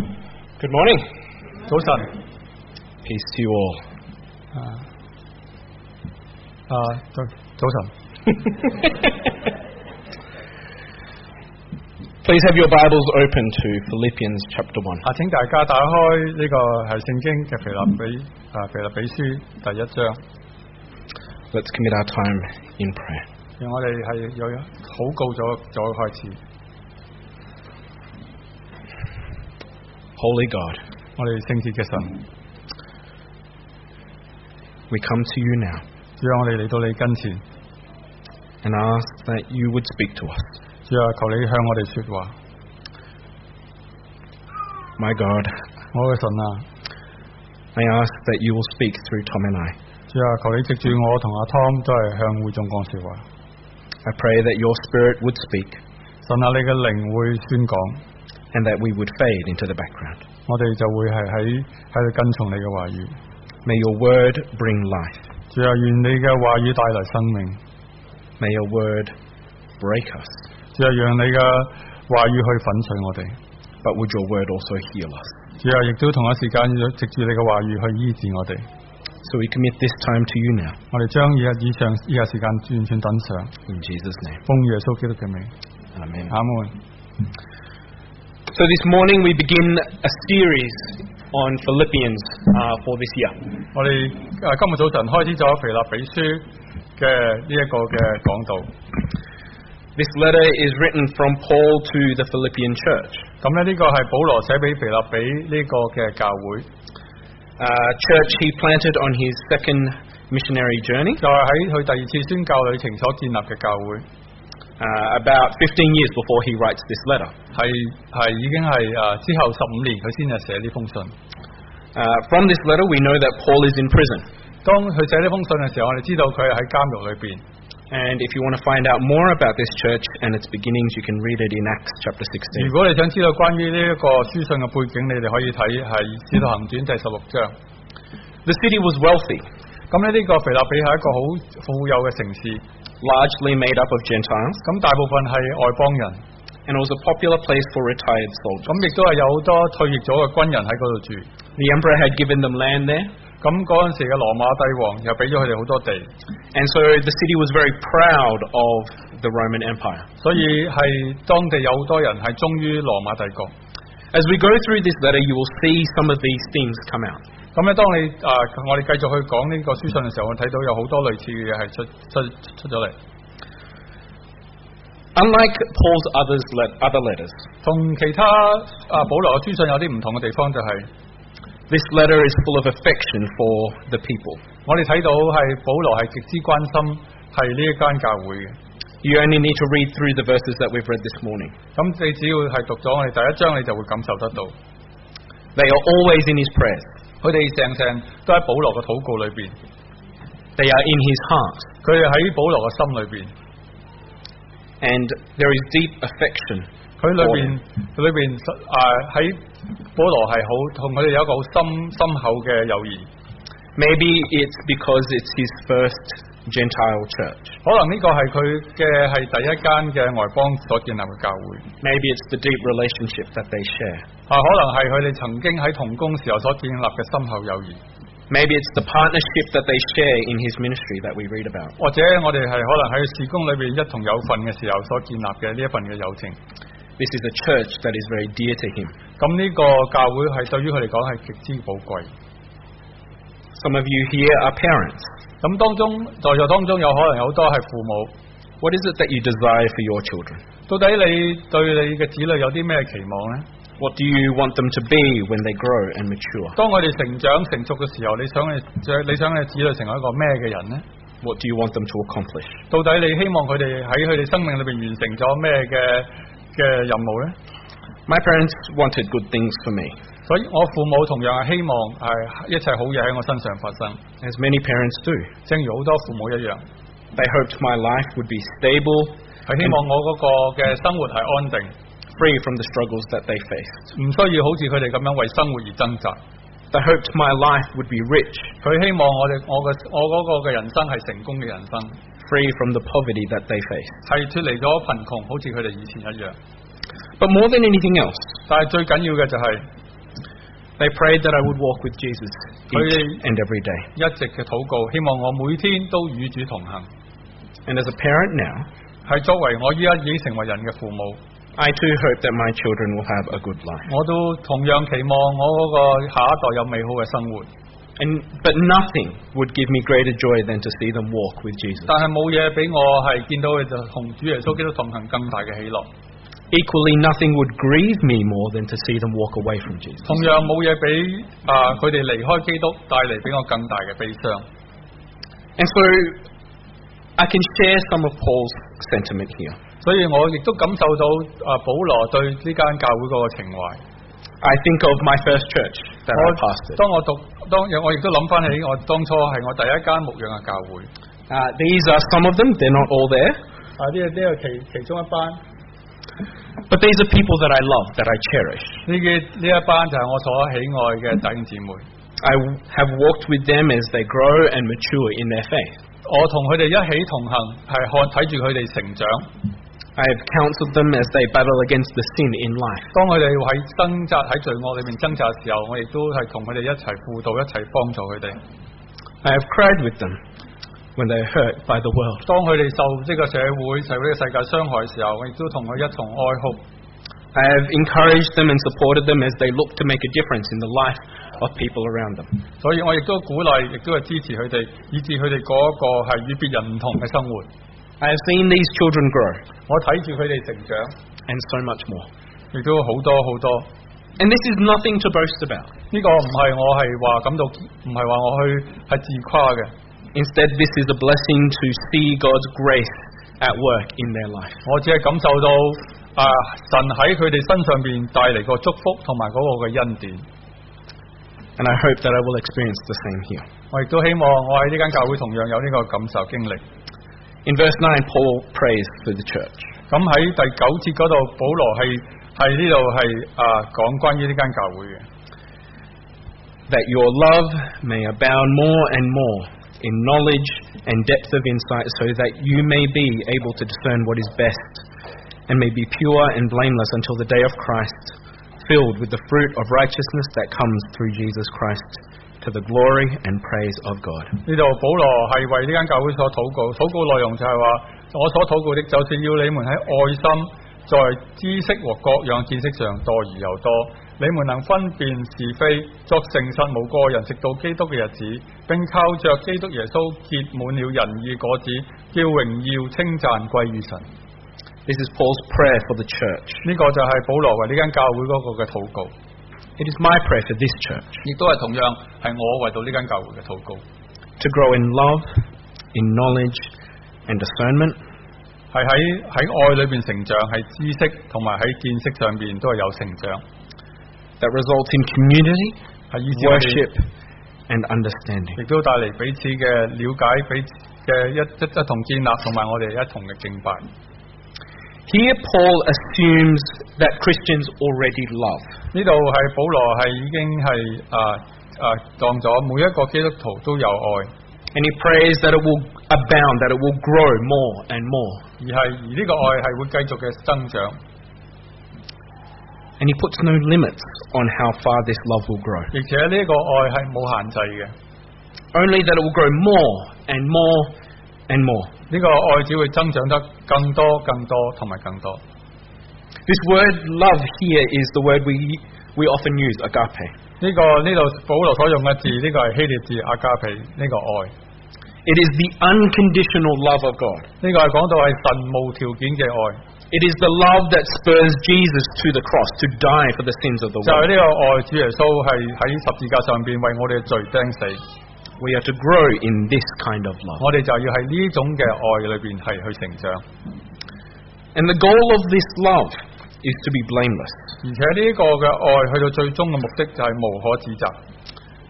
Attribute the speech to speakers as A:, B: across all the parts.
A: Good morning.
B: 早晨
A: Peace to you all.
B: 啊，早早晨，
A: Please have your Bibles open to Philippians chapter 1.
B: 啊，請大家打開呢個係聖經嘅腓立比啊腓立比書第一章，
A: Let's commit our time in prayer.
B: 讓我哋係有禱告咗再開始。
A: Holy God,
B: 我哋聖潔嘅神，
A: we come to you now
B: 主啊，我哋嚟到你跟前，
A: and ask that you would speak to us.
B: 主啊，求你向我哋説話。
A: My God,
B: 我嘅神啊，
A: I ask that you will speak through Tom and I.
B: 主啊，求你藉住我同阿 Tom 都係向會眾講説話。
A: I pray that your spirit would speak
B: 神啊，你嘅靈會宣講，
A: and that we would fade into the background.
B: 我哋就會係喺喺度跟從你嘅話語。
A: May your word bring life.
B: 主啊，願你嘅話語帶嚟生命。
A: May your word break us.
B: 主啊，讓你嘅話語去粉碎我哋。
A: But would your word also heal us?
B: 主啊，亦都同一時間要藉住你嘅話語去醫治我哋。
A: So we commit this time to you now.
B: 我哋將以日以上以日時間完全等上，
A: In Jesus' name.
B: 奉耶穌基督嘅名，
A: Amen.
B: 阿門。
A: So this morning we begin a series on Philippians uh, for this year.
B: 我哋誒、今日早晨開始咗腓立比書嘅呢一個嘅講道，
A: This letter is written from Paul to the Philippian church,
B: 咁咧呢個係保羅寫俾腓立比呢個嘅教會，
A: a church he planted on his second missionary journey
B: 就係喺佢第二次宣教旅程所建立嘅教會，
A: uh, about 15 years before he writes this letter.
B: 係係已經係誒、之後十五年佢先係寫呢封信。
A: Uh, from this letter we know that Paul is in prison.
B: 當佢寫呢封信嘅時候，我哋知道佢係喺監獄裏邊。
A: And if you want to find out more about this church and its beginnings, you can read it in Acts chapter 16.
B: 如果你想知道關於呢一個書信嘅背景，你哋可以睇係《使徒行傳》第十六章。
A: The city was wealthy,
B: 咁咧呢個腓立比係一個好富有嘅城市，
A: largely made up of Gentiles,
B: 咁大部分係外邦人，
A: and it was a popular place for retired
B: 咁
A: soldiers.
B: 亦都係有好多退役咗嘅軍人喺嗰度住。
A: The emperor had given them land there,
B: 咁嗰陣時嘅羅馬帝王又俾咗佢哋好多地，
A: and so the city was very proud of the Roman Empire.
B: 所以係當地有好多人係忠於羅馬帝國。
A: As we go through this letter, you will see some of these themes come out.
B: 咁咧，當你啊、我哋繼續去講呢個書信嘅時候，我睇到有好多類似嘅嘢係出出出咗嚟。
A: Unlike Paul's others let, other letters,
B: 同其他啊保羅嘅書信有啲唔同嘅地方就係、
A: this letter is full of affection for the people.
B: 我哋睇到係保羅係極之關心係呢一間教會嘅。
A: You only need to read through the verses that we've read this morning.
B: 咁你只要係讀咗我哋第一章，你就會感受得到。
A: They are always in his prayers,
B: 佢哋成成都喺保羅嘅禱告裏邊，
A: they are in his heart,
B: 佢哋喺保羅嘅心裏邊，
A: and there is deep affection.
B: 佢裏邊佢裏邊啊喺保羅係好同佢哋有一個好深深厚嘅友誼。
A: Maybe it's because it's his first Gentile church.
B: 可能呢個係佢嘅係第一間嘅外邦所建立嘅教會，
A: Maybe it's the deep relationship that they share.
B: 啊可能係佢哋曾經喺童工時候所建立嘅深厚友誼。
A: Maybe it's the partnership that they share in his ministry that we read about.
B: 或者我哋係可能喺事工裏邊一同有份嘅時候所建立嘅呢一份嘅友情，
A: This is a church that is very dear to him.
B: 咁呢個教會係對於佢嚟講係極之寶貴。
A: Some of you here are parents.
B: 咁當中在座當中有可能有好多係父母，
A: What is it that you desire for your children?
B: 到底你對你嘅子女有啲咩期望呢？
A: What do you want them to be when they grow and mature?
B: 當佢哋成長成熟嘅時候，你想你你想你嘅子女成為一個咩嘅人呢？
A: What do you want them to accomplish?
B: 到底你希望佢哋喺佢哋生命裏邊完成咗咩嘅嘅任務呢？
A: My parents wanted good things for me,
B: 所以我父母同樣係希望係一切好嘢喺我身上發生，
A: as many parents do.
B: 正如好多父母一樣。
A: They hoped my life would be stable,
B: 係希望我嗰個嘅生活係安定，
A: free from the struggles that they faced.
B: 唔需要好似佢哋咁樣為生活而掙扎。
A: They hoped my life would be rich,
B: 佢希望我哋我嘅我嗰個嘅人生係成功嘅人生，
A: free from the poverty that they faced.
B: 係脱離咗貧窮，好似佢哋以前一樣。
A: But more than anything else,
B: 但係最緊要嘅就係、
A: They prayed that I would walk with Jesus each and every day.
B: 一直嘅禱告，希望我每天都與主同行。
A: And as a parent now,
B: 係作為我依家已經成為人嘅父母，
A: I too hope that my children will have a good life.
B: 我都同樣期望我嗰個下一代有美好嘅生活。
A: And, but nothing would give me greater joy than to see them walk with Jesus.
B: 但係冇嘢俾我係見到佢就同主耶穌基督同行更大嘅喜樂。
A: Equally, nothing would grieve me more than to see them walk away from Jesus.
B: 同樣冇嘢俾啊佢哋離開基督帶嚟俾我更大嘅悲傷。
A: And so I can share some of Paul's sentiment here.
B: 所以我亦都感受到啊保羅對呢間教會嗰個情懷。
A: I think of my first church that
B: 我
A: I pastored.
B: 當我讀當我亦都諗翻起我當初係我第一間牧養嘅教會。
A: Uh, these are some of them, they're not all there,
B: 啊！呢個呢個其其中一班，呢
A: but these are people that I love, that I cherish.
B: 嘅呢一班就係我所喜愛嘅弟兄姊妹。
A: I w- have walked with them as they grow and mature in their faith.
B: 我同佢哋一起同行，係看睇住佢哋成長。
A: I have counseled them as they battle against the sin in life.
B: 當佢哋喺掙扎喺罪惡裏面掙扎嘅時候，我亦都係同佢哋一齊輔導，一齊幫助佢哋。
A: I have cried with them when they are hurt by the world.
B: 當佢哋受呢個社會、受呢個世界傷害嘅時候，我亦都同佢一同哀哭。
A: I have encouraged them and supported them as they look to make a difference in the life of people around them.
B: 所以我亦都鼓勵，亦都係支持佢哋，以致佢哋嗰一個係與別人唔同嘅生活。
A: I have seen these children grow
B: 我睇住佢哋成長，
A: and so much more.
B: 亦都好多好多。
A: And this is nothing to boast about.
B: 呢、個唔係我係話感到，唔係話我去係自誇嘅，
A: Instead, this is a blessing to see God's grace at work in their life.
B: 我只係感受到啊神喺佢哋身上邊帶嚟個祝福同埋嗰個嘅恩典。
A: And I hope that I will experience the same here.
B: 我亦都希望我喺呢間教會同樣有呢個感受經歷。
A: In verse 9, Paul prays for the church.
B: 咁喺第九節嗰度，保羅係係呢度係啊講關於呢間教會嘅。
A: that your love may abound more and more in knowledge and depth of insight, so that you may be able to discern what is best, and may be pure and blameless until the day of Christ, filled with the fruit of righteousness that comes through Jesus Christ, to the glory and praise of God.
B: 呢度保羅係為呢間教會所禱告，禱告內容就係話：我所禱告的，就是要你們喺愛心、在知識和各樣見識上多而又多，你們能分辨是非，作誠實無過人，直到基督嘅日子，並靠着基督耶穌結滿了仁義果子，叫榮耀稱讚歸於神。呢、
A: This is Paul's prayer for the church.
B: 個就係保羅為呢間教會嗰個嘅禱告。
A: It is my prayer for this church
B: 亦都係同樣係我為到呢間教會嘅禱告，
A: to grow in love, in knowledge, and discernment,
B: 係喺喺愛裏邊成長，喺知識同埋喺見識上邊都係有成長，
A: that results in community,
B: 係以致我哋
A: worship, and understanding.
B: 亦都帶嚟彼此嘅了解，彼此嘅一一一同建立，同埋我哋一同嘅敬拜。
A: Here, Paul assumes that Christians already love.
B: 呢度係保羅係已經係啊啊當咗每一個基督徒都有愛，
A: And he prays that it will abound, that it will grow more and more.
B: 而係而呢個愛係會繼續嘅增長，
A: And he puts no limits on how far this love will grow.
B: 而且呢個愛係冇限制嘅。
A: Only that it will grow more and more and more.
B: 呢個愛只會增長得更多、更多同埋更多。
A: This word love here is the word we, we often use, agape.
B: 呢、個呢度保羅所用嘅字，呢、個係希臘字阿加皮呢、個愛，
A: It is the unconditional love of God.
B: 呢、個係講到係神無條件嘅愛，
A: It is the love that spurs Jesus to the cross to die for the sins of the
B: 就係
A: world.
B: 呢個愛主耶穌係喺十字架上邊為我哋嘅罪釘死，
A: We are to grow in this kind of love.
B: 我哋就要喺呢種嘅愛裏邊係去成長，
A: And the goal of this love is to be blameless.
B: 而且呢個嘅愛去到最終嘅目的就係無可指責。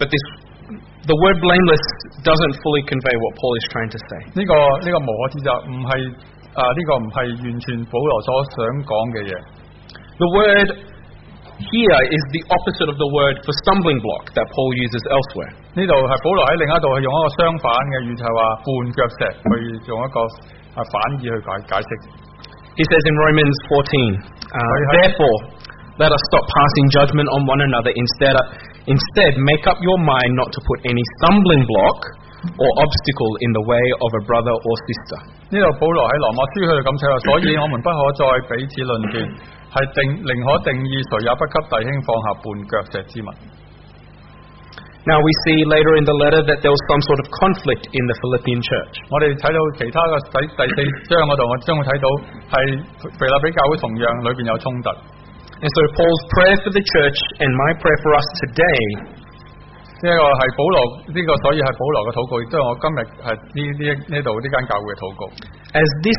A: But this, the word blameless doesn't fully convey what Paul is trying to say.
B: 呢、個呢、個無可指責唔係啊呢、個唔係完全保羅所想講嘅嘢，
A: The word here is the opposite of the word for stumbling block that Paul uses elsewhere.
B: 呢度係保羅喺另一度係用一個相反嘅語，就係話絆腳石去用一個啊反義去解解釋。
A: He says in Romans 14, uh,
B: hi.
A: Therefore, let us stop passing judgment on one another. Instead, uh, Instead, make up your mind not to put any stumbling block or obstacle in the way of a brother or sister.
B: 呢度保羅喺羅馬書佢哋咁寫話，所以我們不可再彼此論斷，係定寧可定義，誰也不給弟兄放下絆腳石之物。
A: Now, we see later in the letter that there was some sort of conflict in the Philippian church.
B: 我哋睇到其他嘅第第四章嗰度，我將會睇到係腓立比教會同樣裏邊有衝突。
A: And so, Paul's prayer for the church and my prayer for us today
B: 呢一個係保羅呢、個，所以係保羅嘅禱告，亦都係我今日係呢呢一呢度呢間教會嘅禱告。
A: as this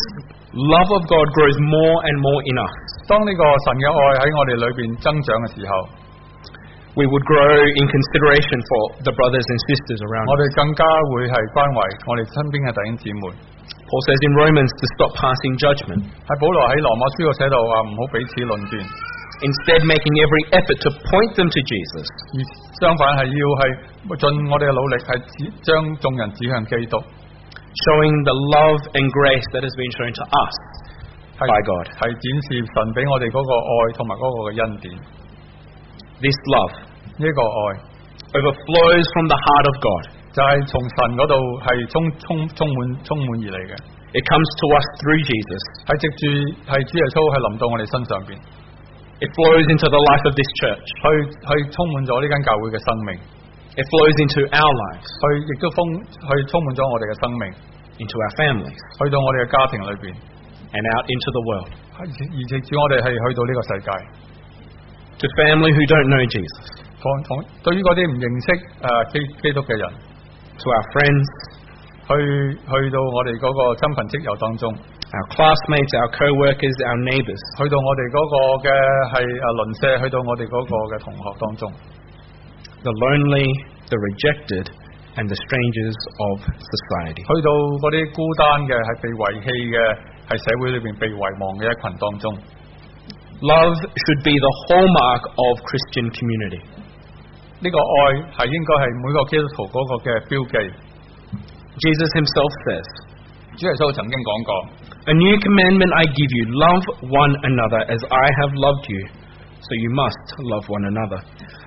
A: love of God grows more and more in us,
B: 當呢個神嘅愛喺我哋裏邊增長嘅時候，
A: we would grow in consideration for the brothers and sisters around
B: 我
A: us.
B: 哋更加會係關懷我哋身邊嘅弟兄姊妹。
A: Paul says in Romans to stop passing judgment,
B: 喺保羅喺羅馬書度寫到話唔好彼此論斷，
A: instead, making every effort to point them to Jesus.
B: 而相反係要係盡我哋嘅努力係指將眾人指向基督，
A: showing the love and grace that has been shown to us
B: 係
A: by God.
B: 係展示神俾我哋嗰個愛同埋嗰個嘅恩典。呢、
A: This love
B: 個愛
A: overflows from the heart of God.
B: 就係從神嗰度係充充充滿充滿而嚟嘅。
A: It comes to us through Jesus.
B: 係藉住係主耶穌係臨到我哋身上邊，
A: It flows into the life of this church.
B: 去去充滿咗呢間教會嘅生命，
A: It flows into our lives,
B: 去亦都豐去充滿咗我哋嘅生命，
A: into our families,
B: 去到我哋嘅家庭裏邊，
A: and out into the world.
B: 係而藉住我哋係去到呢個世界。
A: To family who don't know Jesus,
B: 同同對於嗰啲唔認識誒、呃基基督嘅人，
A: to our friends,
B: 去去到我哋嗰個親朋戚友當中，去
A: our classmates, our co workers, our neighbors.
B: 到我哋嗰個嘅係誒鄰舍，去到我哋嗰個嘅同學當中，
A: the lonely, the rejected, and the strangers of society.
B: 去到嗰啲孤單嘅係被遺棄嘅，係社會裏邊被遺忘嘅一群當中。
A: Love should be the hallmark of Christian community.
B: 呢個愛係應該係每個基督徒嗰個嘅標記。
A: Jesus himself says,
B: 主耶穌曾經講過：
A: A new commandment I give you love one another as I have loved you. So you must love one another.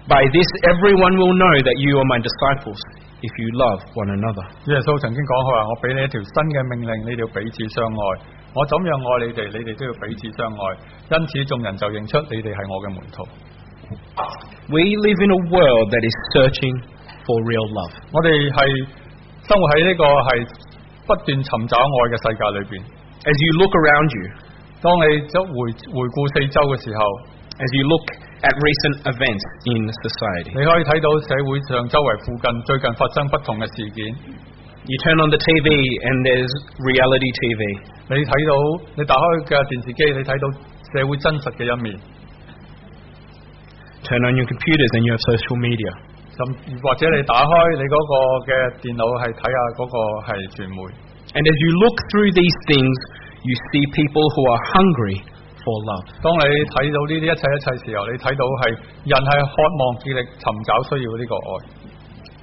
A: By this, everyone will know that you are my disciples if you love one another.
B: 主耶穌曾經講佢話：我俾你一條新嘅命令，你哋要彼此相愛。我怎樣愛你哋，你哋都要彼此相愛。因此眾人就認出你哋係我嘅門徒。
A: We live in a world that is searching for real love.
B: 我哋係生活喺呢個係不斷尋找愛嘅世界裏邊。
A: As you look around you,
B: 當你一回回顧四周嘅時候，
A: as you look at recent events in society,
B: 你可以睇到社會上周圍附近最近發生不同嘅事件。
A: You turn on the TV and there's reality TV.
B: 你睇到你打開嘅電視機，你睇到社會真實嘅一面。
A: Turn on your computers and you have social media.
B: 甚或者你打開你嗰個嘅電腦係睇下嗰個係傳媒，
A: And as you look through these things, you see people who are hungry for love.
B: 當你睇到呢啲一切一切時候，你睇到係人係渴望竭力尋找需要呢個愛，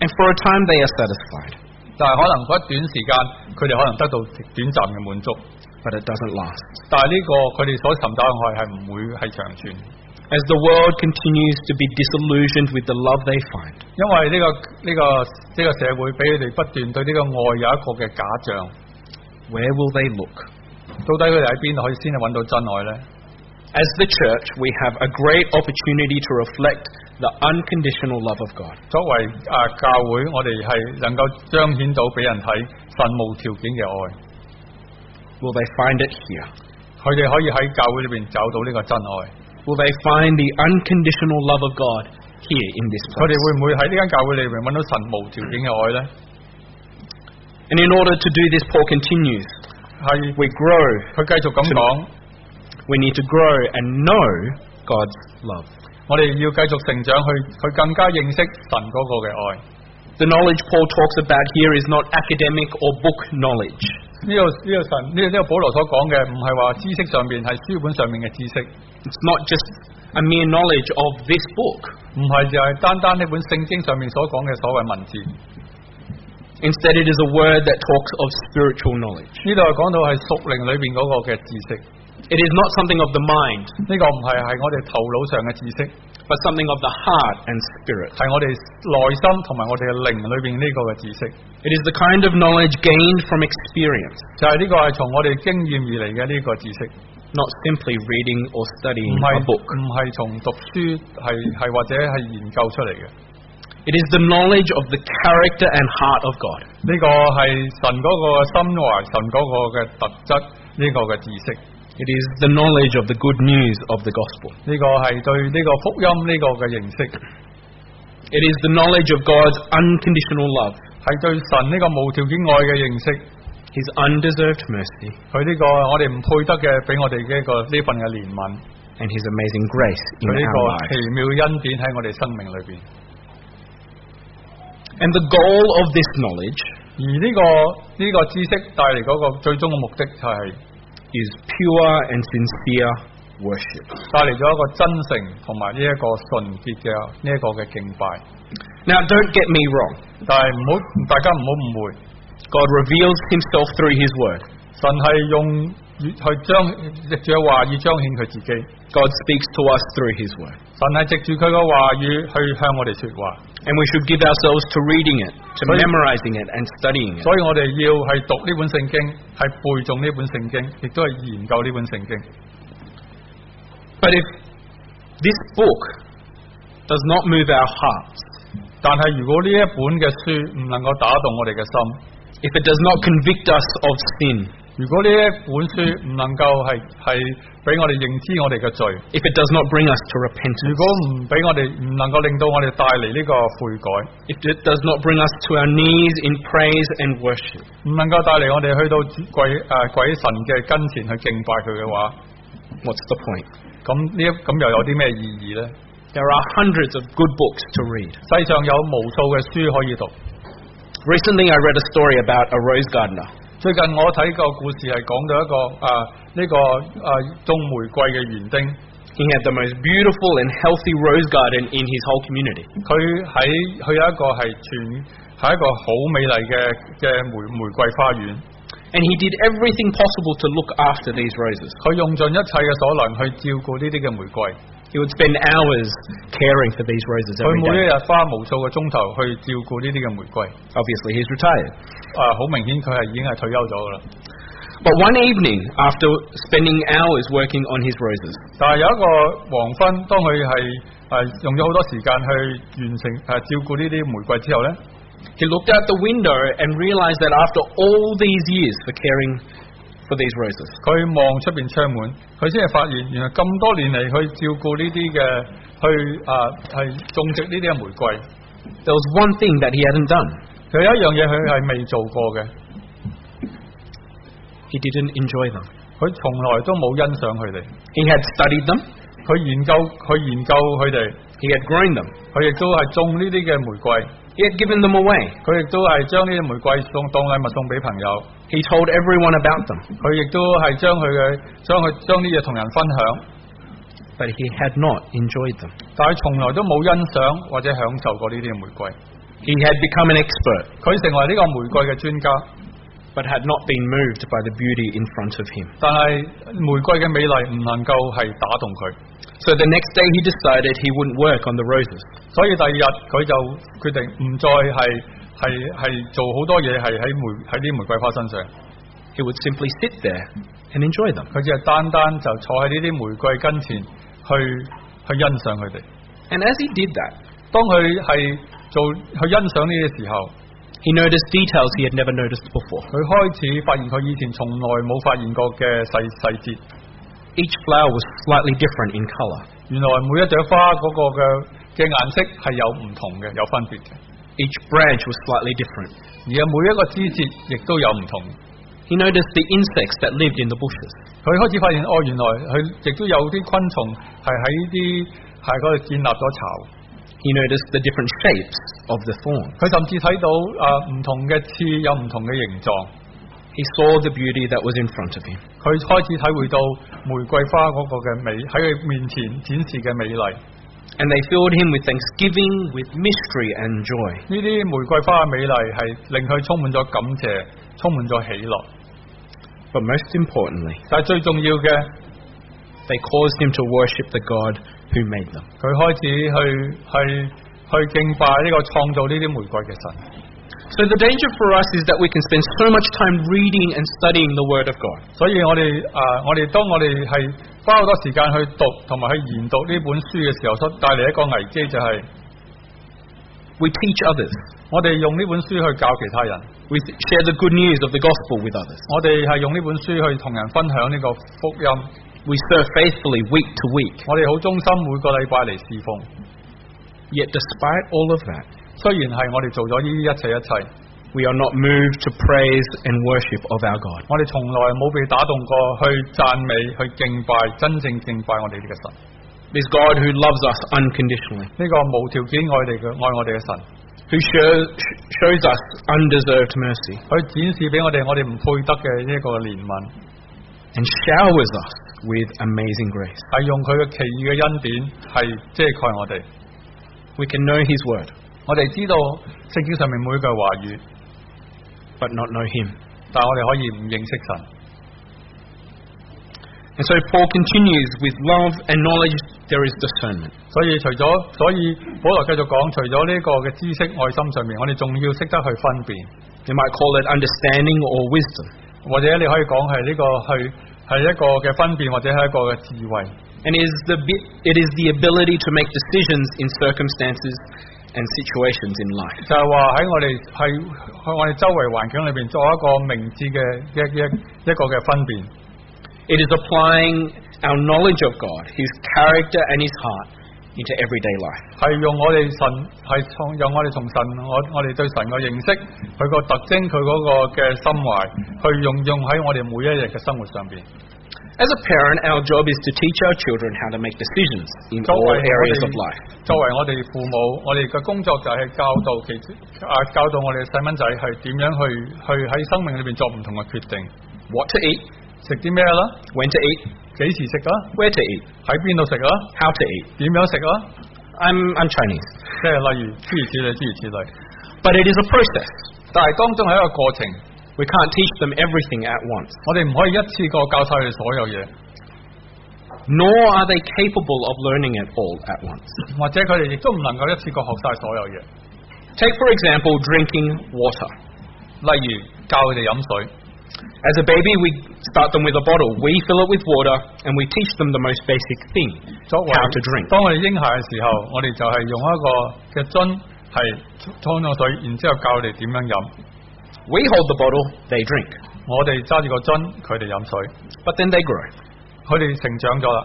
A: And for a time they are satisfied,
B: 但係可能嗰一短時間佢哋可能得到短暫嘅滿足，
A: but it doesn't last.
B: 但係呢個佢哋所尋找嘅愛係唔會係長存，
A: As the world continues to be disillusioned with the love they find,
B: 因為呢、個呢、個呢、個社會俾佢哋不斷對呢個愛有一個嘅假象，
A: where will they look?
B: 到底佢哋喺邊度可以先係揾到真愛呢？
A: As the church, we have a great opportunity to reflect the unconditional love of God.
B: 作為啊教會，我哋係能夠彰顯到俾人睇神無條件嘅愛。
A: Will they find it here?
B: 佢哋可以喺教會裏邊找到呢個真愛。
A: Will they find the unconditional love of God here in this
B: 佢哋
A: place?
B: 會唔會喺呢間教會裏邊揾到神無條件嘅愛呢？
A: And in order to do this, Paul continues.
B: 係
A: We grow.
B: 佢繼續咁講，
A: We need to grow and know God's love.
B: 我哋要繼續成長，去去更加認識神嗰個嘅愛。
A: The knowledge Paul talks about here is not academic or book knowledge.
B: 呢度呢個神呢個呢個保羅所講嘅唔係話知識上面，係書本上面嘅知識，
A: It's not just a mere knowledge of this book.
B: 唔係就係單單呢本聖經上面所講嘅所謂文字。呢
A: Instead, it is a word that talks of spiritual knowledge.
B: 度係講到係屬靈裏邊嗰個嘅知識，
A: It is not something of the mind,
B: 呢、個唔係係我哋頭腦上嘅知識，
A: but something of the heart and spirit.
B: 係我哋內心同埋我哋嘅靈裏邊呢個嘅知識，
A: It is the kind of knowledge gained from experience,
B: 就係、呢個係從我哋經驗而嚟嘅呢個知識，
A: not simply reading or
B: 唔
A: studying
B: 係
A: a book.
B: 唔係從讀書係係或者係研究出嚟嘅。
A: It is the knowledge of the character and heart of God.
B: 呢、個係神嗰個心懷，神嗰個嘅特質，呢、個嘅知識，
A: It is the knowledge of the good news of the gospel.
B: 呢、個係對呢個福音呢個嘅認識，
A: It is the knowledge of God's unconditional love,
B: 係對神呢個無條件愛嘅認識。
A: His undeserved mercy,
B: 佢呢、個我哋唔配得嘅，俾我哋嘅一個呢份嘅憐憫，
A: and His amazing grace in
B: 佢呢
A: our
B: 個
A: lives.
B: 奇妙嘅恩典喺我哋生命裏邊。
A: And the goal of this knowledge
B: 而呢、個呢、個知識帶嚟嗰個最終嘅目的就係
A: is pure and sincere worship.
B: 帶嚟咗一個真誠同埋呢一個純潔嘅呢一個嘅敬拜。
A: Now, don't get me wrong.
B: 但係唔好，大家唔好誤會，
A: God reveals Himself through His Word.
B: 神係用語去將藉住嘅話語彰顯佢自己，
A: God speaks to us through His Word.
B: 神係藉住佢嘅話語去向我哋説話。
A: And we should give ourselves to reading it, to
B: Sorry.
A: memorizing it, and studying it.
B: 所以我哋要係讀呢本聖經，係背誦呢本聖經，亦都係研究呢本聖經。
A: But if this book does not move our hearts,
B: 但係如果呢一本嘅書唔能夠打動我哋嘅心，
A: if it does not convict us of sin,
B: 如果呢一本書唔能夠係係俾我哋認知我哋嘅罪，
A: if it does not bring us to
B: 如
A: repentance,
B: 果唔俾我哋唔能夠令到我哋帶嚟呢個悔改，
A: if it does not bring us to our knees in praise and worship,
B: 唔能夠帶嚟我哋去到主鬼誒、呃鬼神嘅跟前去敬拜佢嘅話，
A: what's the point?
B: 咁呢一咁又有啲咩意義呢？
A: There are hundreds of good books to read.
B: 世上有無數嘅書可以讀。
A: Recently, I read a story about a rose gardener.
B: 最近我睇個故事係講到一個啊誒呢、個誒、呃種玫瑰嘅園丁，
A: He had the most beautiful and healthy rose garden in his whole community.
B: 佢喺佢有一個係全係一個好美麗嘅嘅玫玫瑰花園，
A: And he did everything possible to look after these roses.
B: 佢用盡一切嘅所能去照顧呢啲嘅玫瑰，
A: He would spend hours caring for these roses
B: 佢
A: every
B: 每一
A: day.
B: 日花無數個鐘頭去照顧呢啲嘅玫瑰。
A: Obviously, he's retired.
B: 啊，好明顯佢係已經係退休咗噶啦。
A: But one evening, after spending hours working on his roses,
B: 但係有一個黃昏，當佢係誒用咗好多時間去完成誒、照顧呢啲玫瑰之後呢，
A: he looked out the window and realized that after all these years for caring for these roses,
B: 佢望出邊窗門，佢先係發現原來咁多年嚟去照顧呢啲嘅去啊係種植呢啲嘅玫瑰，
A: there was one thing that he hadn't done.
B: 佢有一樣嘢佢係未做過嘅，
A: He didn't enjoy them.
B: 佢從來都冇欣賞佢哋，
A: He had studied them,
B: 佢研究佢研究佢哋，
A: he had grown them,
B: 佢亦都係種呢啲嘅玫瑰，
A: he had given them away.
B: 佢亦都係將呢啲玫瑰送當禮物送俾朋友。
A: He told everyone about them,
B: 佢亦都係將佢嘅將佢將啲嘢同人分享，
A: but he had not enjoyed them.
B: 但係從來都冇欣賞或者享受過呢啲嘅玫瑰。
A: He had become an expert,
B: 佢成為呢個玫瑰嘅專家，
A: but had not been moved by the beauty in front of him.
B: 但係玫瑰嘅美麗唔能夠係打動佢，
A: So the next day he decided he wouldn't work on the roses.
B: 所以第二日佢就決定唔再係係係做好多嘢係喺玫喺啲玫瑰花身上，
A: He would simply sit there and enjoy them.
B: 佢只係單單就坐喺呢啲玫瑰跟前去去欣賞佢哋。
A: And as he did that,
B: 當佢係做去欣賞呢啲時候，
A: he noticed details he had never noticed before.
B: 佢開始發現佢以前從來冇發現過嘅細細節。
A: Each flower was slightly different in color.
B: 原來每一朵花嗰個嘅嘅顏色係有唔同嘅，有分別嘅。
A: Each branch was slightly different.
B: 而係每一個枝節亦都有唔同。
A: He noticed the insects that lived in the bushes.
B: 佢開始發現，哦，原來佢亦都有啲昆蟲係喺啲係嗰度建立咗巢。
A: He noticed the different shapes of the thorn.
B: 佢甚至睇到啊唔、同嘅刺有唔同嘅形狀。
A: He saw the beauty that was in front of him.
B: 佢開始體會到玫瑰花嗰個嘅美喺佢面前展示嘅美麗。呢
A: And they filled him with thanksgiving, with mystery and joy.
B: 啲玫瑰花嘅美麗係令佢充滿咗感謝，充滿咗喜樂。
A: But most importantly,
B: 但係最重要嘅
A: They caused him to worship the God who made them.
B: 佢開始去去去敬拜呢個創造呢啲玫瑰嘅神。
A: So the danger for us is that we can spend so much time reading and studying the Word of God
B: 所以我哋啊、我哋當我哋啊係花好多時間去讀同埋去研讀呢本書嘅時候，所帶嚟一個危機就係、
A: We teach others.
B: 我哋用呢本書去教其他人，
A: We share the good news of the gospel with others.
B: 我哋係用呢本書去同人分享呢個福音，
A: We serve faithfully week to week.
B: 我哋好忠心每個禮拜嚟侍奉。
A: Yet, despite all of that,
B: 雖然係我哋做咗呢一切一切，
A: we are not moved to praise and worship of our God.
B: 我哋從來冇被打動過去讚美、去敬拜、真正敬拜我哋呢個神。
A: This God who loves us unconditionally,
B: 呢、個無條件愛我哋嘅愛我哋嘅神，
A: who shows, shows us undeserved mercy
B: 佢展示俾我哋我哋唔配得嘅呢一個憐憫，
A: and showers us with amazing grace.
B: 係用佢嘅奇異嘅恩典係遮蓋我哋。
A: We can know His word,
B: 我哋知道聖經上面每一句話語，
A: but not know Him.
B: 但我哋可以唔認識神。
A: And so Paul continues with love and knowledge, there is discernment.
B: 所以除咗，所以保羅繼續講，除咗呢個嘅知識愛心上面，我哋仲要識得去分辨，
A: You might call it understanding or wisdom.
B: 或者你可以講係呢個去係一個嘅分辨，或者係一個嘅智慧。
A: And it is the, bi- it is the ability to make decisions in circumstances and situations in life.
B: 就係話喺我哋係喺我哋周圍環境裏邊作一個明智嘅一一一個嘅分辨。
A: It is applying our knowledge of God, His character, and His heart into everyday life.
B: 係用我哋神係從用我哋從神我我哋對神嘅認識，佢個特徵，佢嗰個嘅心懷，去用用喺我哋每一日嘅生活上邊。
A: As a parent, our job is to teach our children how to make decisions in
B: 作
A: all
B: 為我
A: areas of
B: 哋
A: life.
B: 作為我哋父母，我哋嘅工作就係教導其啊教導我哋嘅細蚊仔係點樣去去喺生命裏邊作唔同嘅決定，
A: What to eat,
B: 食啲咩啦，
A: when to eat,
B: 幾時食啦，啊
A: where to eat,
B: 喺邊度食啦，
A: how to eat.
B: 點樣食啦，
A: I'm, I'm Chinese.
B: 即係例如諸如此類諸如此類。
A: But it is a process.
B: 但係當中係一個過程，
A: We can't teach them everything at once,
B: 我哋唔可以一次過教晒佢哋所有嘢。
A: nor are they capable of learning it all at once.
B: 或者佢哋亦都唔能夠一次過學晒所有嘢。
A: Take, for example, drinking water.
B: 例如教佢哋飲水，
A: As a baby, we start them with a bottle, we fill it with water, and we teach them the most basic thing
B: 作為
A: how to drink.
B: 當我哋嬰孩嘅時候，我哋就係用一個嘅樽係裝咗水，然之後教佢哋點樣飲。
A: We hold the bottle, they drink.
B: 我哋揸住個樽，佢哋飲水，
A: But then they grow.
B: 佢哋成長咗啦。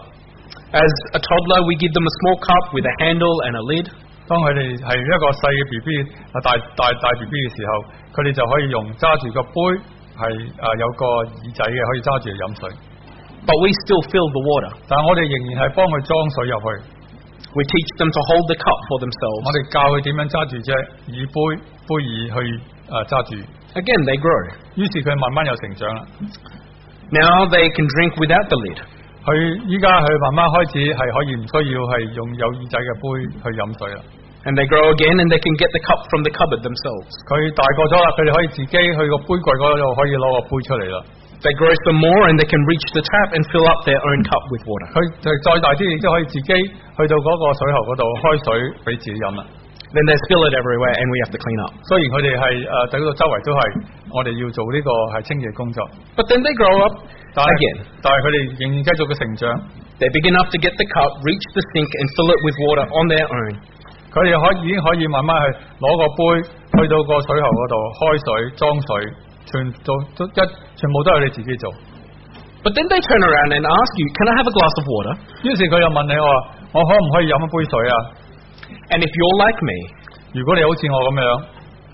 A: As a toddler, we give them a small cup with a handle and a lid.
B: 當佢哋係一個細嘅 B B 啊大大大 B B 嘅時候，佢哋就可以用揸住個杯係啊有個耳仔嘅，可以揸住嚟飲水。
A: But we still fill the water.
B: 但係我哋仍然係幫佢裝水入去，
A: We teach them to hold the cup for themselves.
B: 我哋教佢點樣揸住隻耳杯杯耳去啊揸住。
A: Again, they grow.
B: 於是佢慢慢又成長啦。
A: Now they can drink without the lid.
B: 佢依家佢慢慢開始係可以唔需要係用有耳仔嘅杯去飲水啦。
A: And they grow again and they can get the cup from the cupboard themselves.
B: 佢大個咗啦，佢哋可以自己去個杯櫃嗰度可以攞個杯出嚟啦。
A: They grow some more and they can reach the tap and fill up their own cup with water.
B: 佢就再大啲，亦都可以自己去到嗰個水喉嗰度開水俾自己飲啦。
A: Then they spill it everywhere and we have to clean up.
B: 雖然佢哋係呃誒走到周圍都係，我哋要做呢個係清潔工作，
A: But then they grow up
B: 但
A: again.
B: 係但係佢哋仍然繼續嘅成長，
A: They begin up to get the cup, reach the sink, and fill it with water on their own.
B: 佢哋可以已經可以慢慢去攞個杯去到個水喉嗰度開水裝水，全做都一全部都係佢哋自己做。
A: But then they turn around and ask you, Can I have a glass of water?
B: 於是佢又問你我話：我可唔可以飲一杯水啊？
A: And if you're like me,
B: 如果你好似我咁樣，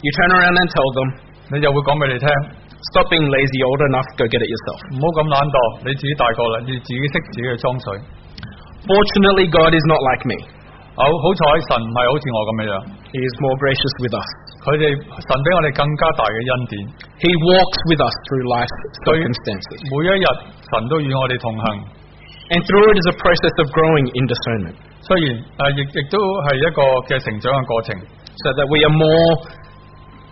A: you turn around and tell them,
B: 你就會講俾你聽，唔
A: Stop being lazy, you're old enough, go get it yourself.
B: 好咁懶惰，你自己大個啦，你自己識自己去裝水。
A: Fortunately, God is not like me.
B: 好好彩神唔係好似我咁樣樣，
A: He is more gracious with us.
B: 佢哋神俾我哋更加大嘅恩典，
A: He walks with us through life's
B: So you-
A: circumstances.
B: 每一日神都與我哋同行。
A: And through it is a process of growing in discernment
B: 雖然誒亦亦都係一個嘅成長嘅過程，
A: so that we are more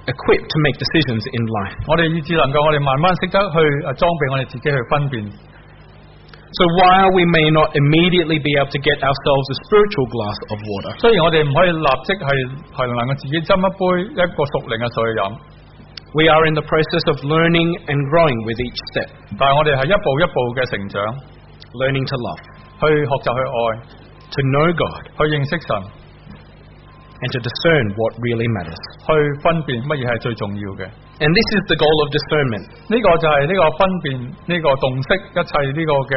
A: equipped to make decisions in life.
B: 呃我哋以至能夠我哋慢慢識得去誒裝備我哋自己去分辨。
A: So So while we may not immediately be able to get ourselves a spiritual glass of water,
B: 雖然我哋唔可以立即係係能夠自己斟一杯一個熟齡嘅水去飲，
A: we are in the process of learning and growing with each step,
B: 但係我哋係一步一步嘅成長，
A: learning to love,
B: 去學習去愛，
A: to know God,
B: 去認識神，
A: and to discern what really matters.
B: 去分辨乜嘢係最重要嘅。呢、
A: And this is the goal of discernment
B: 個就係呢個分辨呢、個洞悉一切呢個嘅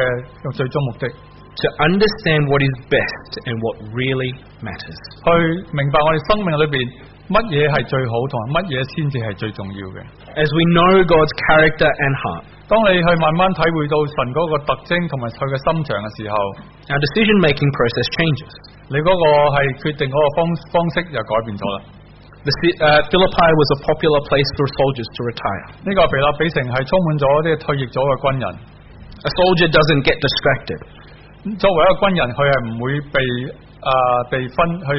B: 最終目的，
A: to understand what is best and what really matters.
B: 去明白我哋生命裏邊乜嘢係最好，同埋乜嘢先至係最重要嘅。
A: As we know God's character and heart,
B: 當你去慢慢體會到神嗰個特徵同埋佢嘅心腸嘅時候，
A: our decision making process changes.
B: 你嗰個係決定嗰個方方式就改變咗啦。
A: The, ci- uh, Philippi was a popular place for soldiers to retire.
B: 呢個肥立比城係充滿咗啲退役咗嘅軍人。
A: A soldier doesn't get distracted.
B: 作為一個軍人，佢係唔會被啊、被分去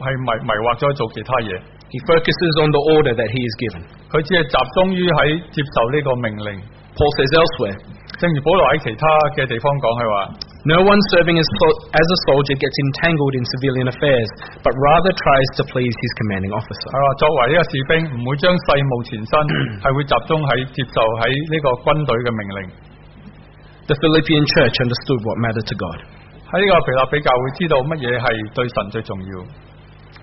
B: 係迷迷惑咗去做其他嘢。
A: He focuses on the order that he is given.
B: 佢只係集中於喺接受呢個命令。
A: Paul says elsewhere,
B: 正如保羅喺其他嘅地方講，佢話
A: no one serving as, sol- as a soldier gets entangled in civilian affairs, but rather tries to please his commanding officer.
B: 佢話作為呢個士兵，唔會將世務纏身，係會集中喺接受喺呢個軍隊嘅命令。
A: The Philippian church understood what mattered to God.
B: 喺呢個肥立比教會知道乜嘢係對神最重要。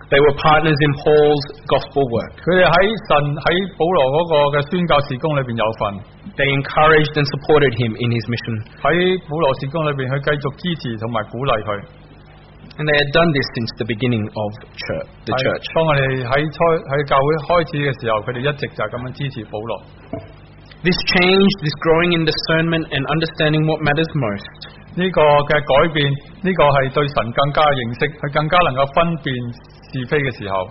A: They were partners in Paul's gospel work.
B: 佢哋喺神喺保羅嗰個嘅宣教事工裏邊有份。
A: They encouraged and supported him in his mission,
B: 喺保羅事工裏邊，去繼續支持同埋鼓勵佢。
A: and they had done this since the beginning of church, the
B: 係
A: church.
B: 當我哋喺初喺教會開始嘅時候，佢哋一直就係咁樣支持保羅。
A: This change, this growing in discernment and understanding what matters most,
B: 呢、個嘅改變，呢、個係對神更加認識，佢更加能夠分辨是非嘅時候。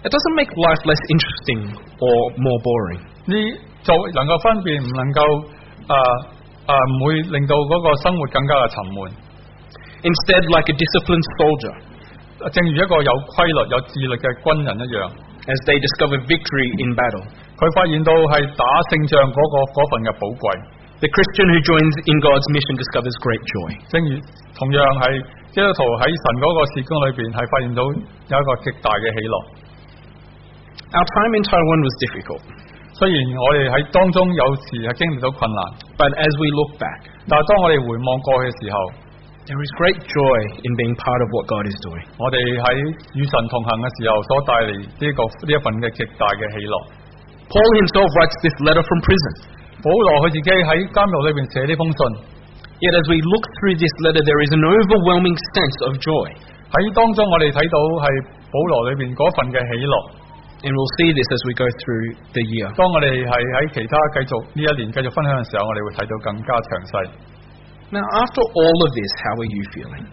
A: it doesn't make life less interesting or more boring.
B: 呢作為能夠分辨，唔能夠啊啊唔會令到嗰個生活更加嘅沉悶。
A: Instead, like a disciplined soldier,
B: 正如一個有規律、有自律嘅軍人一樣，
A: as they discover victory in battle,
B: 佢發現到係打勝仗嗰、個嗰份嘅寶貴。
A: the Christian who joins in God's mission discovers great joy.
B: 正如同樣係基督徒喺神嗰個事工裏邊係發現到有一個極大嘅喜樂。
A: Our time in Taiwan was difficult,
B: 雖然我哋喺當中有時係經歷到困難，
A: but as we look back,
B: 但係當我哋回望過去嘅時候，
A: there is great joy in being part of what God is doing.
B: 我哋喺與神同行嘅時候所帶嚟呢、個呢一份嘅極大嘅喜樂。
A: Paul himself writes this letter from prison.
B: 保羅佢自己喺監獄裏邊寫呢封信，
A: Yet, as we look through this letter, there is an overwhelming sense of joy.
B: 喺當中我哋睇到係保羅裏邊嗰份嘅喜樂。
A: And we'll see this as we go through the year.
B: 當我哋係喺其他繼續呢一年繼續分享嘅時候，我哋會睇到更加詳細。
A: Now, after all of this, how are you feeling?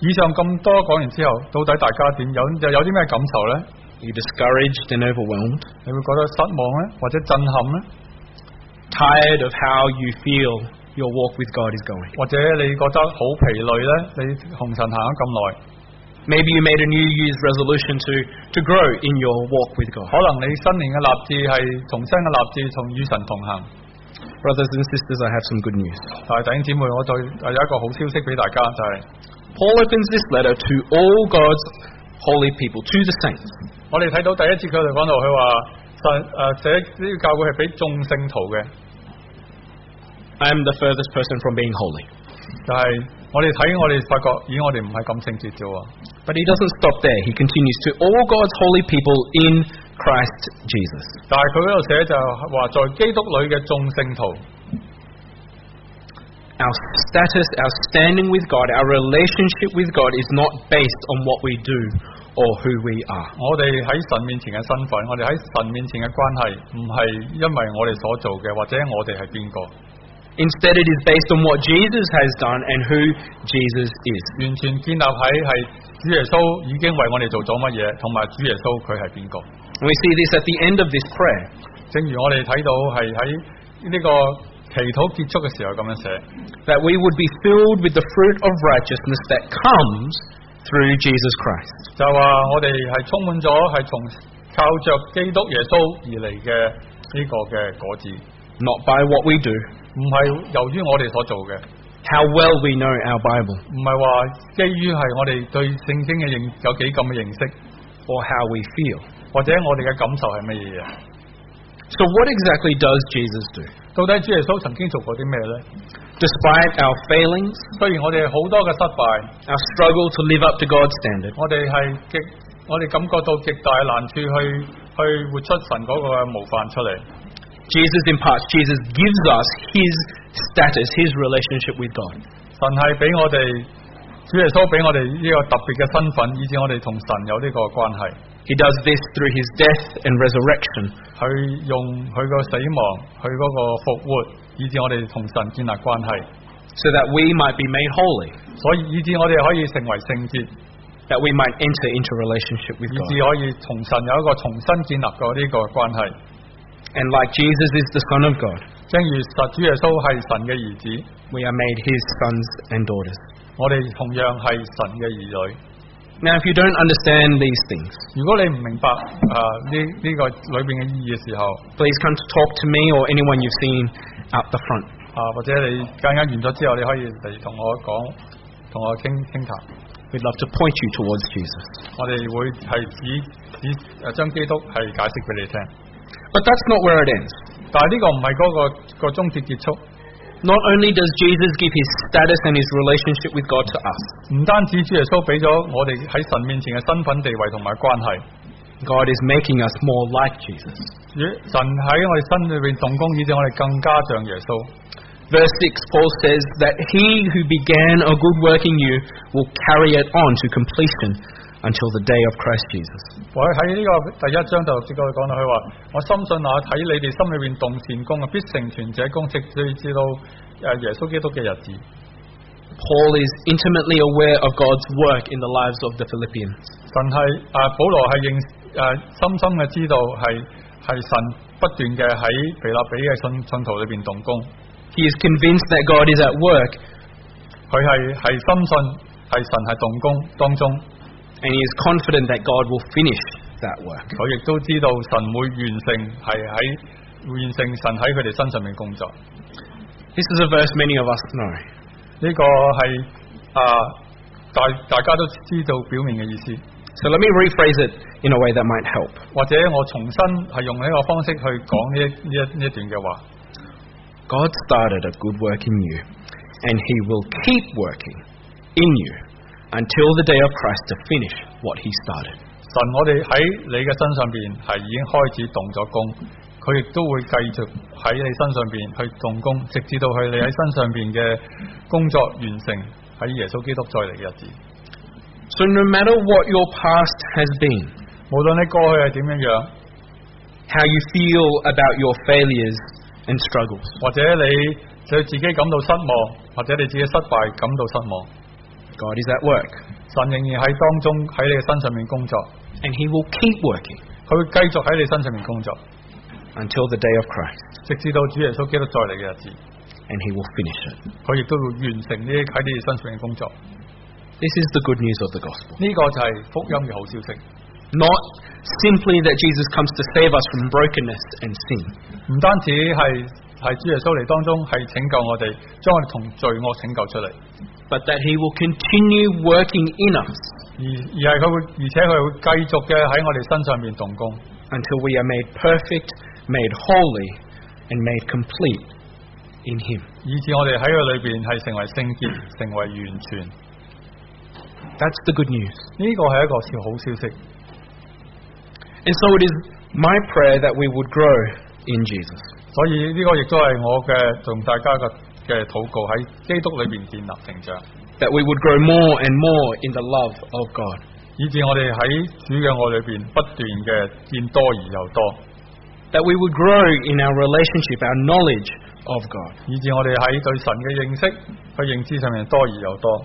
B: 以上咁多講完之後，到底大家點有有有啲咩感受呢？
A: Are you discouraged and overwhelmed?
B: 你會覺得失望呢？或者震撼呢？
A: Tired of how you feel your walk with God is going?
B: 或者你覺得好疲累呢？你紅塵行咗咁耐，
A: Maybe you made a New Year's resolution to, to grow in your walk with God.
B: 可能你新年嘅立志係重新嘅立志，同與神同行。
A: Brothers and sisters, I have some good news.
B: 但係弟兄姊妹，我對有一個好消息俾大家，就係、
A: Paul opens this letter to all God's holy people, to the saints.
B: 我哋睇到第一節佢哋講到，佢話神呃誒寫呢個教會係俾眾聖徒嘅，
A: I am the furthest person from being holy.
B: 就係、我哋睇我哋發覺，咦，我哋唔係咁聖潔啫喎。
A: But he doesn't stop there. He continues to all God's holy people in Christ Jesus.
B: 但係佢嗰度寫就係話，在基督裏嘅眾聖徒。
A: Our status, our standing with God, our relationship with God is not based on what we do or who we are.
B: 我哋喺神面前嘅身份，我哋喺神面前嘅關係，唔係因為我哋所做嘅，或者我哋係邊個，
A: Instead, it is based on what Jesus has done and who Jesus is.
B: 完全建立喺係主耶穌已經為我哋做咗乜嘢，同埋主耶穌佢係邊個。
A: And we see this at the end of this prayer.
B: 正如我哋睇到係喺呢個祈禱結束嘅時候咁樣寫，
A: that we would be filled with the fruit of righteousness that comes through Jesus Christ.
B: 就話我哋係充滿咗係從靠着基督耶穌而嚟嘅呢個嘅果子，
A: Not by what we do,
B: 唔系由于我哋所做嘅，
A: how well we know our Bible
B: 唔系话基于系我哋对圣经嘅认有几咁嘅认识，
A: or how we feel.
B: 或者我哋嘅感受系乜嘢啊嘢。
A: So, what exactly does Jesus do?
B: 到底主耶穌曾經做過啲咩呢？
A: Despite our failings,
B: 雖然我哋好多嘅失敗，
A: our struggle to live up to God's standard,
B: 我哋係極，我哋感覺到極大難處去去活出神嗰個模範出嚟。
A: Jesus imparts, Jesus gives us his status, his relationship with God.
B: 神係俾我哋，主耶穌俾我哋呢個特別嘅身份，以至我哋同神有呢個關係。
A: He does this through his death and resurrection,
B: 佢用佢個死亡，佢嗰個復活，以至我哋同神建立關係。
A: so that we might be made holy,
B: 所以以至我哋可以成為聖潔，以
A: that we might enter into relationship with
B: 至
A: God.
B: 可以同神有一個重新建立嘅呢個關係。
A: And like Jesus is the Son of God,
B: 正如實主耶穌係神嘅兒子。
A: we are made his sons and daughters.
B: 我哋同樣係神嘅兒女。
A: Now, if you don't understand these things,
B: 如果你唔明白啊呢呢個裏邊嘅意義嘅時候，
A: please come to talk to me or anyone you've seen out the front.
B: 啊或者你間間完咗之後，你可以嚟同我講，同我傾傾談。
A: We'd love to point you towards Jesus.
B: 我哋會係指指誒將基督係解釋俾你聽。
A: But that's not where it ends.
B: 但係呢個唔係嗰個個終結結束。
A: Not only does Jesus give his status and his relationship with God to us,
B: 唔單止主耶穌俾咗我哋喺神面前嘅身份地位同埋關係，
A: God is making us more like Jesus.
B: 主神喺我哋身裏邊動工，以至我哋更加像耶穌。
A: Verse 6, Paul says that he who began a good work in you will carry it on to completion until the day of Christ Jesus.
B: 我喺呢個第一章第六節嗰度講到，佢話：我深信啊，睇你哋心裏邊動善功啊，必成全者功，直至到呃誒耶穌基督嘅日子。
A: Paul is intimately aware of God's work in the lives of the Philippians.
B: 神係啊，保羅係認誒、深深嘅知道係係神不斷嘅喺腓立比嘅信信徒裏邊動工，
A: He is convinced that God is at work
B: 佢係係深信係神係動工當中，
A: and he is confident that God will finish that work.
B: 佢亦都知道神會完成係喺完成神喺佢哋身上面工作。
A: This is a verse many of us know.
B: 呢、個係啊大大家都知道表面嘅意思。
A: So let me rephrase it in a way that might help.
B: 或者我重新係用呢個方式去講呢一呢一呢一段嘅話。
A: God started a good work in you, and He will keep working in you until the day of Christ to finish what He started.
B: 神，我哋喺你嘅身上邊係已經開始動咗工，佢亦都會繼續喺你身上邊去動工，直至到佢你喺身上邊嘅工作完成喺耶穌基督再嚟嘅日子。
A: So, no matter what your past has been,
B: 無論你過去係點樣樣，
A: how you feel about your failures and struggles,
B: 或者你對自己感到失望，或者你自己失敗感到失望，
A: God is at work,
B: 神仍然喺當中喺你嘅身上面工作，
A: and He will keep working
B: 佢會繼續喺你身上面工作，
A: until the day of Christ,
B: 直至到主耶穌基督再嚟嘅日子。
A: and He will finish it.
B: 佢亦都會完成呢喺你哋身上嘅工作。呢、
A: This is the good news of the gospel.
B: 個就係福音嘅好消息，
A: Not simply that Jesus comes to save us from brokenness and sin,
B: 唔單止係係主耶穌嚟當中係拯救我哋，將我哋同罪惡拯救出嚟，
A: but that He will continue working in us
B: 而而係佢會，而且佢會繼續嘅喺我哋身上面動工，
A: until we are made perfect, made holy, and made complete in Him.
B: 以至我哋喺佢裏邊係成為聖潔，成為完全。
A: That's the good news.
B: 呢個係一個好消息，
A: And so it is my prayer that we would grow in Jesus.
B: 所以呢個亦都係我嘅同大家嘅嘅禱告喺基督裏邊建立成長，
A: That we would grow more and more in the love of God.
B: 以至我哋喺主嘅愛裏邊不斷嘅見多而又多。
A: That we would grow in our relationship, our knowledge of God.
B: 以至我哋喺對神嘅認識、去認知上面多而又多，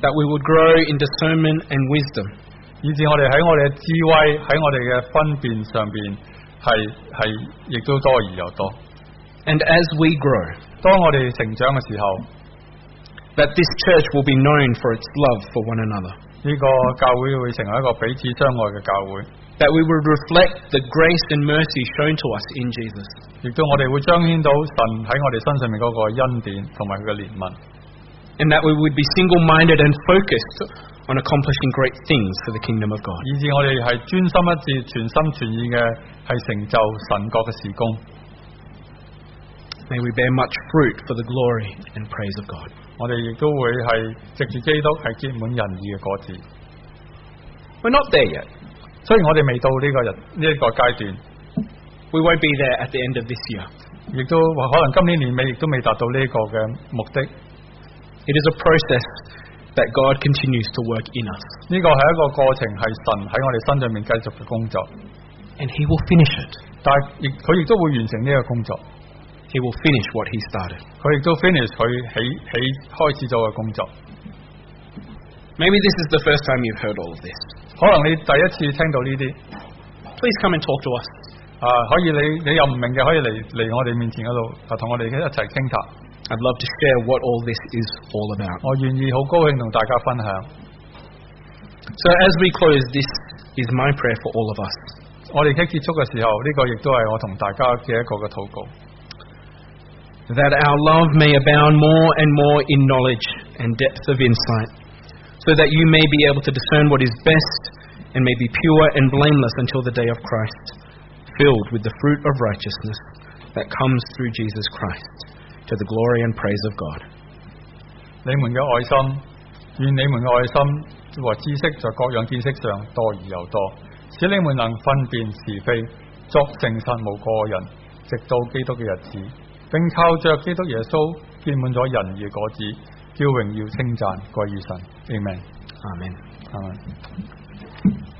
A: That we would grow in discernment and wisdom.
B: 以至我哋喺我哋嘅智慧、喺我哋嘅分辨上邊係係亦都多而又多。
A: And as we grow,
B: 當我哋成長嘅時候，
A: that this church will be known for its love for one another.
B: 呢、個教會會成為一個彼此相愛嘅教會，
A: That we would reflect the grace and mercy shown to us in Jesus.
B: 亦都我哋會彰顯到神喺我哋身上面嗰個恩典同埋佢嘅憐憫，
A: and that we would be single minded and focused on accomplishing great things for the kingdom of God.
B: 以至我哋係專心一致、全心全意嘅係成就神國嘅事工。
A: May we bear much fruit for the glory and praise of God.
B: 我哋亦都會係藉住基督係結滿仁義嘅果子。
A: We're not there yet.
B: 雖然我哋未到呢個人呢一、個階段，
A: We won't be there at the end of this year.
B: 亦都可能今年年尾亦都未達到呢個嘅目的。呢
A: It is a process that God continues to work in us,
B: 個係一個過程，係神喺我哋身上面繼續嘅工作，
A: and He will finish it.
B: 但係亦佢亦都會完成呢個工作，
A: He will finish what He started.
B: 佢亦都 finish 佢起起開始咗嘅工作。
A: Maybe this is the first time you've heard all of this.
B: 可能你第一次聽到呢啲。
A: Please come and talk to us.
B: 啊，可以你你又唔明嘅，可以嚟嚟我哋面前嗰度，啊，同我哋一齊傾談。
A: I'd love to share what all this is all about.
B: 我願意好高興同大家分享。
A: So, as we close, this is my prayer for all of us.
B: 我哋喺結束嘅時候，呢、個亦都係我同大家嘅一個嘅禱告，
A: that our love may abound more and more in knowledge and depth of insight, so that you may be able to discern what is best and may be pure and blameless until the day of Christ, filled with the fruit of righteousness that comes through Jesus Christ, to the glory and praise of God.
B: 你們嘅愛心，願你們嘅愛心和知識在各樣見識上多而又多，使你們能分辨是非，作誠實無過人，直到基督嘅日子，並靠着基督耶穌結滿咗仁義嘅果子，叫榮耀稱讚歸於神。Amen。
A: Amen.
B: 係咪